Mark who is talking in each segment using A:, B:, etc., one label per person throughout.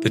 A: The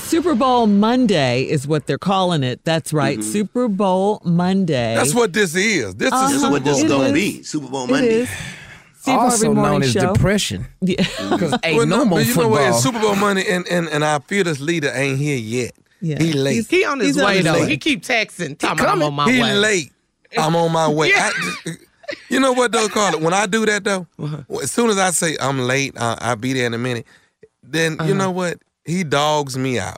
B: Super Bowl Monday is what they're calling it. That's right,
C: Mm-hmm.
B: Super Bowl Monday.
D: That's what this is. This
B: Uh-huh.
D: is
C: This is
D: Super
C: what this
B: It
C: is
D: Bowl.
C: gonna
B: is.
C: be. Super Bowl
B: It
C: Monday.
B: is. Steve Harvey Morning Show.
E: depression.
B: Yeah.
E: Because ain't
D: Well,
E: no
D: no,
E: more
D: but you know
E: football.
D: what? It's Super Bowl money, and, and, and our fearless leader ain't here yet.
B: Yeah.
D: He late.
B: He's-
F: He on his
B: He's on
F: way
B: his
F: though.
B: way.
F: He keep texting. Talking about I'm on my
D: he
F: way.
D: late. I'm on my way. I- you know what though, Carla? When I do that though, as soon as I say I'm late, I, I'll be there in a minute. Then
F: Uh-huh.
D: you know what? He dogs me out.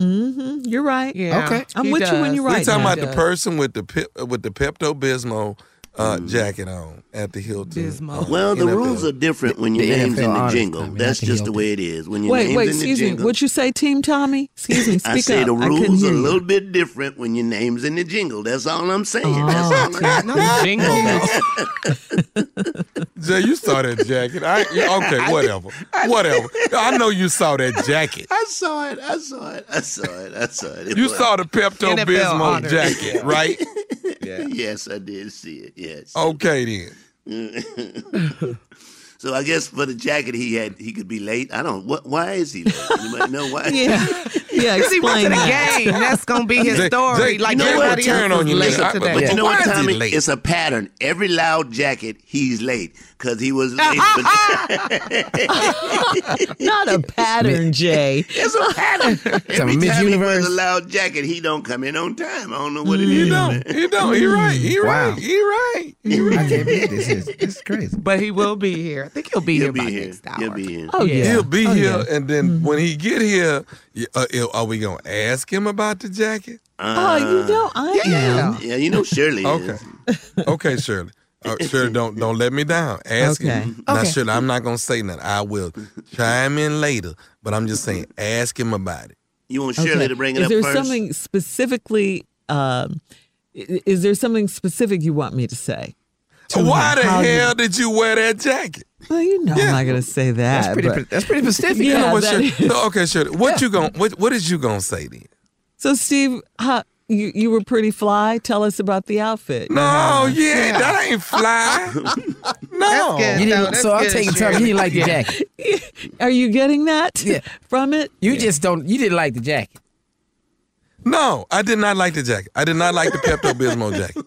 B: hmm You're right.
F: Yeah.
E: Okay.
B: I'm
F: he
B: with you when
F: does.
B: you're
D: We
B: right
D: talking
B: now.
D: about the person with the pep, with the Pepto Bismol uh,
F: Mm.
D: jacket on at the Hilton.
F: Bismol.
D: uh,
C: Well, the
D: NFL.
C: rules are different when your
E: The
C: name's
E: NFL
C: in the
E: honors,
C: jingle.
E: I mean,
C: That's
E: not the
C: just the
E: Hilton.
C: way it is. When your
B: Wait,
C: name's
B: wait,
C: in the
B: excuse me.
C: jingle,
B: What you say, Team Tommy? Excuse me. Speak
C: I say
B: up.
C: the
B: I couldn't
C: rules are
B: hear
C: a
B: you.
C: little bit different when your name's in the jingle. That's all I'm saying. That's
B: Oh,
C: all I'm
F: No jingle. though.
D: Jay, you saw that jacket. I, yeah, okay, whatever, whatever. I know you saw that jacket.
C: I saw it. I saw it. I saw it. I saw it.
D: You saw the Pepto
F: NFL
D: Bismol
F: honors.
D: jacket, right?
C: it. Yes, I did see it. Yes.
D: Oh. Okay, then.
C: So I guess for the jacket he had, he could be late. I don't. What? Why is he late? Anybody know why?
B: Yeah. Yeah.
F: He went to
B: Explain
F: the
B: that.
F: game. That's gonna be his
D: Jay-
F: story.
D: Jay,
F: like
D: you know
C: what?
F: everybody
D: Turn
F: else
D: on
F: is
D: your
F: late
D: nigga. I- but-
F: today.
C: But you know
D: Why
C: what,
D: is he
C: Tommy?
D: late?
C: It's a pattern. Every loud jacket, he's late because he was late. But
B: Not a pattern, Jay.
C: it's a pattern.
E: Miss
C: Every time he wears
E: Universe.
C: a loud jacket, he don't come in on time. I don't know what it
D: He
C: is.
D: Mm, don't. He don't. He right. He
E: Wow.
D: right. He right. He right.
E: I can't believe this is this is crazy.
F: But he will be here. I think he'll be
C: He'll
F: here
C: be
F: by
C: here.
F: next hour.
C: He'll be here.
B: Oh yeah.
D: He'll be
B: Oh,
D: here,
B: yeah.
D: and then when he get here, y- uh, uh, are we gonna ask him about the jacket?
B: Oh, you know I am.
C: Yeah, you know Shirley
D: Okay,
C: is.
D: okay, Shirley. Uh, Shirley, don't don't let me down. Ask him. Now,
B: Okay.
D: Shirley, I'm not gonna say nothing. I will chime in later, but I'm just saying, ask him about it.
C: You want Shirley
B: Okay.
C: to bring it
B: is
C: up
B: there
C: first?
B: something specifically? Um, i- is there something specific you want me to say? to
D: Why
B: him?
D: the
B: How do you-
D: hell did you wear that jacket?
B: Well, you know
D: Yeah.
B: I'm not going to say that.
E: That's pretty.
B: but-
E: That's pretty specific.
B: Yeah,
D: you know what,
B: that
D: Shirley?
B: is-
D: No, okay, Shirley. What you gonna what what is you gonna say then?
B: So, Steve, how, you you were pretty fly. Tell us about the outfit.
D: No, yeah, that ain't fly. no,
F: good.
E: You
F: No,
E: didn't,
F: that's
E: so I'm
F: good,
E: taking
F: Shirley.
E: time. You didn't like the jacket.
B: Are you getting that
E: Yeah.
B: from it?
E: You just don't. You didn't like the jacket.
D: No, I did not like the jacket. I did not like the Pepto Bismol jacket.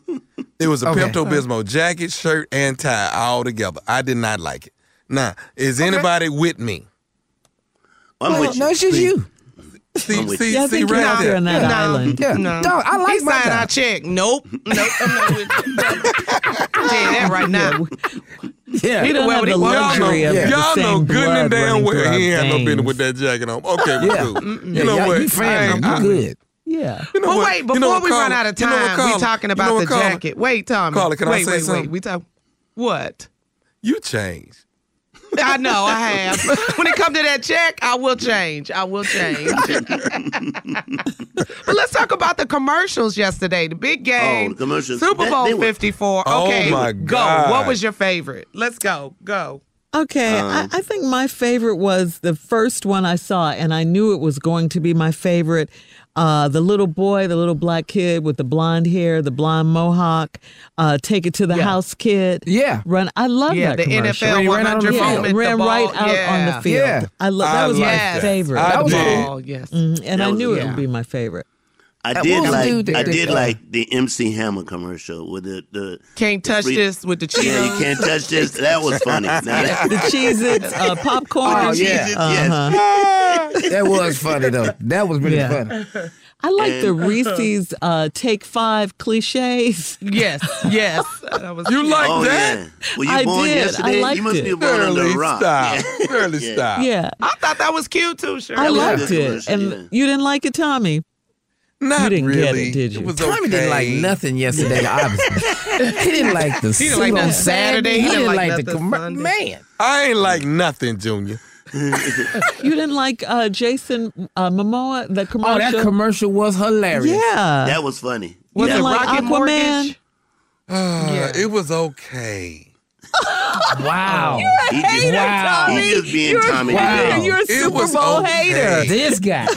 D: It was a
E: Okay.
D: Pepto Bismol jacket, shirt, and tie all together. I did not like it. Now, is anybody with me?
C: I'm
E: No,
C: with you.
E: no, it's just
C: See?
E: you.
D: See,
C: I'm with
D: see,
B: Yeah, I
D: see,
B: think you're
D: right
B: out there
D: there.
B: on that island.
E: Yeah.
F: No.
E: Dog, I like
F: he
E: my
F: signed
E: dog.
F: our check. Nope. Nope. I'm not with you. Tell you that right now.
E: Yeah.
F: He the
B: We don't
F: way
B: have
F: we-
B: the
F: well,
D: Y'all know,
B: luxury of the
D: y'all
B: same
D: know good
B: blood
D: and damn
B: running through
D: well
B: our
D: he had no business
B: veins.
D: with that jacket on. Okay, we
E: Yeah.
D: cool.
E: Yeah,
D: You know
E: y'all-
D: what?
E: You
D: I ain't-
E: family.
D: I-
E: You good.
B: Yeah.
D: You know
F: But
D: what?
F: wait,
D: You
F: before
D: know what,
F: we run
D: Carla?
F: out of
D: You
F: time,
D: know what,
F: we
D: Carla?
F: talking
D: You know
F: about
D: what,
F: the
D: Carla?
F: jacket. Wait, Tom.
D: Carla, can I
F: wait,
D: say
F: wait,
D: something?
F: wait. We talk. What?
D: You changed.
F: I know I have. when it comes to that check, I will change. I will change. but let's talk about the commercials yesterday. The big game,
C: Oh, the commercials.
F: Super
C: That-
F: Bowl
C: they were-
F: Fifty Four.
D: Oh,
F: okay,
D: my
F: go.
D: God.
F: What was your favorite? Let's go. Go.
B: Okay,
E: Um,
B: I, I think my favorite was the first one I saw, and I knew it was going to be my favorite. Uh, the little boy, the little black kid with the blonde hair, the blonde mohawk, uh, take it to the house kid.
E: Yeah.
B: run. I love
F: Yeah,
B: that
F: the
B: commercial.
F: NFL
E: He
F: one
E: ran out on the
F: hundred
E: field.
F: moment. the
B: ran
F: ball.
B: right out on
F: Yeah.
B: the field.
E: Yeah.
B: I love that
D: I
B: was
D: like
B: my
D: that.
B: favorite,
D: I
E: That was
D: did.
F: Oh yes.
B: Mhm, and I
C: That was
B: knew it
F: good.
B: would be my favorite.
C: I
B: Uh,
E: That
C: did
E: was
C: like
E: dude that
C: I
E: did
C: did
E: that.
C: like the MC Hammer commercial with the, the
F: Can't touch
C: free-
F: this with the Cheetos.
C: yeah you can't touch this. That was funny. Now that-
B: The Cheez-Its, uh, popcorn. Uh-huh.
E: Oh,
C: Jesus,
E: yeah.
C: yes.
E: That was funny, though. That was really
B: Yeah.
E: funny.
B: I like the Reese's uh, Take Five cliches.
F: Yes, yes. That was
D: You
F: cute.
D: like
C: Oh
D: that?
C: yeah. Were you
B: I
C: born
B: did. I
C: yesterday?
B: liked
C: you must
B: it.
C: be born under
D: Barely
C: a rock.
D: stop.
C: Yeah.
D: Barely
C: Yeah.
D: stop.
B: Yeah,
F: I thought that was cute too, Shirley.
B: I
C: was a
B: liked
C: good
B: it.
C: commercial,
B: And
C: yeah.
B: you didn't like it, Tommy?
D: Not
B: You didn't
D: really.
B: get it, did you?
D: was
E: Tommy didn't like
D: okay.
E: nothing yesterday, obviously. he didn't like the
F: didn't
E: suit
F: like
E: on
F: nothing
E: Saturday. He didn't like, the
F: nothing
E: commercial.
F: Sunday.
E: Man.
D: I ain't like nothing, Junior.
B: You didn't like uh, Jason uh, Momoa the commercial?
E: Oh, that commercial was hilarious.
B: yeah.
C: That was funny.
F: Was
C: That
F: it
B: didn't like
F: Rocket
B: Aquaman?
F: Mortgage?
D: Uh,
F: Yeah.
D: It was okay.
E: Wow.
C: He just,
E: Wow.
C: he just being Tommy
E: wow.
C: today.
B: You're a
D: It
B: Super
D: was
B: Bowl
D: okay.
B: hater.
E: This guy.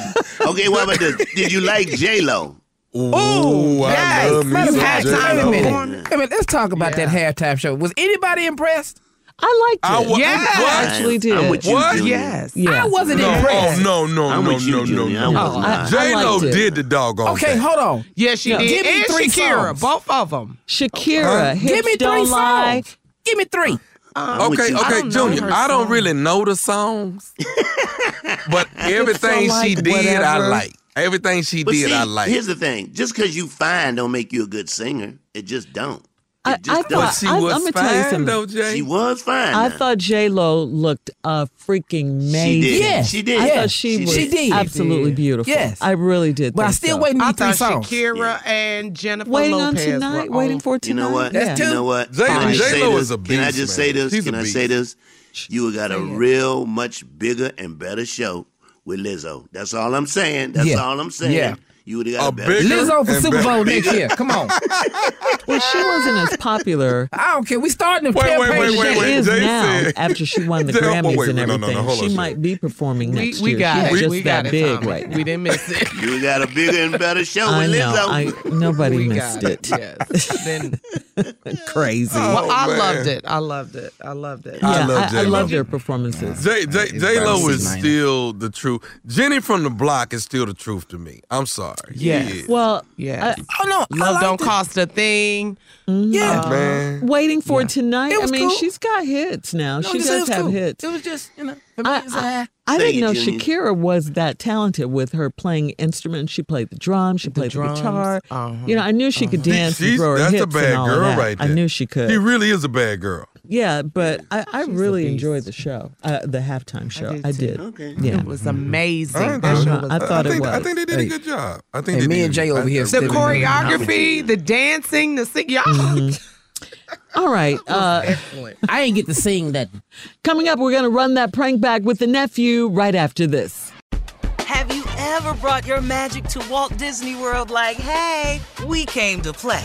C: Okay, what about this? Did you like J Lo?
D: Ooh, I
E: Guys,
D: love me
E: matter of
D: some
E: fact,
D: J-Lo.
E: wait a minute. Wait a minute, Let's talk about that halftime show. Was anybody impressed?
B: I liked it.
D: I wa-
F: Yes.
B: I
D: What?
B: actually did.
C: I'm with you,
D: What?
C: Junior.
F: Yes.
B: Yeah.
E: I wasn't
D: No, oh,
E: impressed.
D: no, no,
C: I'm
D: no,
C: with you,
D: no, no,
C: Junior. I
D: no.
C: was
B: Oh,
C: not.
B: I-
D: J Lo
B: liked it.
D: did the doggone.
E: Okay,
D: thing.
E: hold on.
F: Yes, she
B: Yeah.
F: did.
E: Give me
F: and
E: three
F: Shakira,
E: songs.
F: both of them.
B: Shakira. Hips
E: Give me three
B: don't lie.
E: songs. Give me three.
C: I'm with
D: Okay,
C: you.
D: okay,
F: don't know
D: Junior.
F: her
D: I don't
F: songs.
D: really know the songs, but everything she
B: like
D: did, I
B: whatever.
D: like. Everything she
C: But
D: did,
C: see,
D: I like.
C: here's the thing: just because you fine don't make you a good singer. It just don't. It
B: I,
C: just
B: I
C: don't.
B: thought
D: she
B: I,
D: was
B: am gonna
D: fine
B: tell you something.
D: though,
C: she
D: Jay.
C: was fine.
B: I
C: now.
B: thought J Lo looked uh, freaking
C: she
B: amazing.
C: did.
E: Yes.
C: She did.
B: I
E: Yeah.
B: thought she,
C: She
B: was
C: did.
E: She did.
B: absolutely beautiful.
E: Yes.
B: I really did.
E: But I
B: think
E: still
B: so.
E: waiting
F: I
E: on three
F: thought
E: songs.
F: Shakira and Jennifer
B: Waiting on
F: Lopez.
B: tonight.
F: were
B: Waiting
F: on.
B: for
C: You
B: tonight.
C: know what?
E: That's
C: you
E: two.
C: know what?
D: J-
C: Can I just
D: J-Lo
C: say
D: is
C: this?
D: a
C: Can I
D: beast,
C: just
D: man.
C: say this?
D: She's a
C: Can I say this? You got a real much bigger and better show with Lizzo. That's all I'm saying. That's
E: Yeah.
C: all I'm saying.
E: Yeah.
C: You would have got
D: A
C: a better.
D: bigger-
E: Lizzo for
D: And
E: Super
D: Beth-
E: Bowl next year. Come on.
B: Well, she wasn't as popular.
E: I don't care. We starting the
D: Wait, wait,
E: campaign.
D: wait,
B: as
D: wait,
B: she
D: wait.
B: is
D: Jay
B: now
D: said-
B: after she won the
D: Jay- oh,
B: Grammys
D: wait,
B: and
D: no, no, no,
B: everything.
D: hold on,
B: she
D: Jay.
B: might be performing
F: We,
B: next
F: we
B: year.
F: got
B: She's
F: it.
B: just
F: we got
B: that
F: it,
B: big
F: Tommy.
B: right now.
F: We didn't miss it.
C: You got a bigger and better show
B: I
C: with
B: know.
C: Lizzo.
B: I, nobody
F: we
B: missed
F: got
B: it.
F: it. Yes. Then,
E: Crazy.
F: well, I
D: man.
F: loved it. I loved it. I loved it.
D: I
B: Yeah,
D: love
B: I, I
D: J-Lo.
B: love their performances.
D: J J
E: It's
D: J Lo
E: about
D: is
E: C-minus.
D: still the truth. Jenny from the block is still the truth to me. I'm sorry.
F: Yes.
D: She is.
B: Well,
F: Yes.
B: I-
E: Oh no, I
F: Love
E: liked
F: don't
E: it.
F: cost a thing.
E: Yeah,
D: man.
B: waiting for tonight.
E: It
B: I
E: was
B: mean,
E: cool.
B: she's got hits now.
E: No,
B: she
E: just- it
B: does
E: was
B: have
E: cool.
B: hits.
E: It was just you know, for me,
B: I-
E: it's a-
B: I
C: Thank
B: didn't know
C: you, Junior.
B: Shakira was that talented with her playing instruments. She played the drums, she played the,
F: drums,
B: guitar.
F: uh-huh,
B: You know, I knew she could dance
D: She's-
B: and throw her
D: that's a
B: hips
D: bad
B: and all of
D: girl
B: that.
D: right
B: I
D: there.
B: knew she could.
D: She really is a bad girl.
B: yeah, but I, I really
F: beast.
B: enjoyed the show, uh, the halftime show.
F: did
B: I
F: too.
B: did.
C: Okay.
B: Yeah. Uh-huh.
F: It was amazing.
D: Mm-hmm.
F: That
D: I know.
F: show was
B: I thought
D: I
B: it
D: think, I
B: was.
D: think they did a
E: Hey.
D: good job. I think
E: Hey,
D: they
E: me
D: did.
E: and Jay over
D: I-
E: here
D: I
F: the
E: stepping
D: really-
E: in.
F: choreography, the dancing, the sing. Y'all
B: All right. Uh,
F: excellent.
E: I ain't get to sing nothing.
B: coming up, we're going to run that prank back with the nephew right after this.
G: Have you ever brought your magic to Walt Disney World like, hey, we came to play?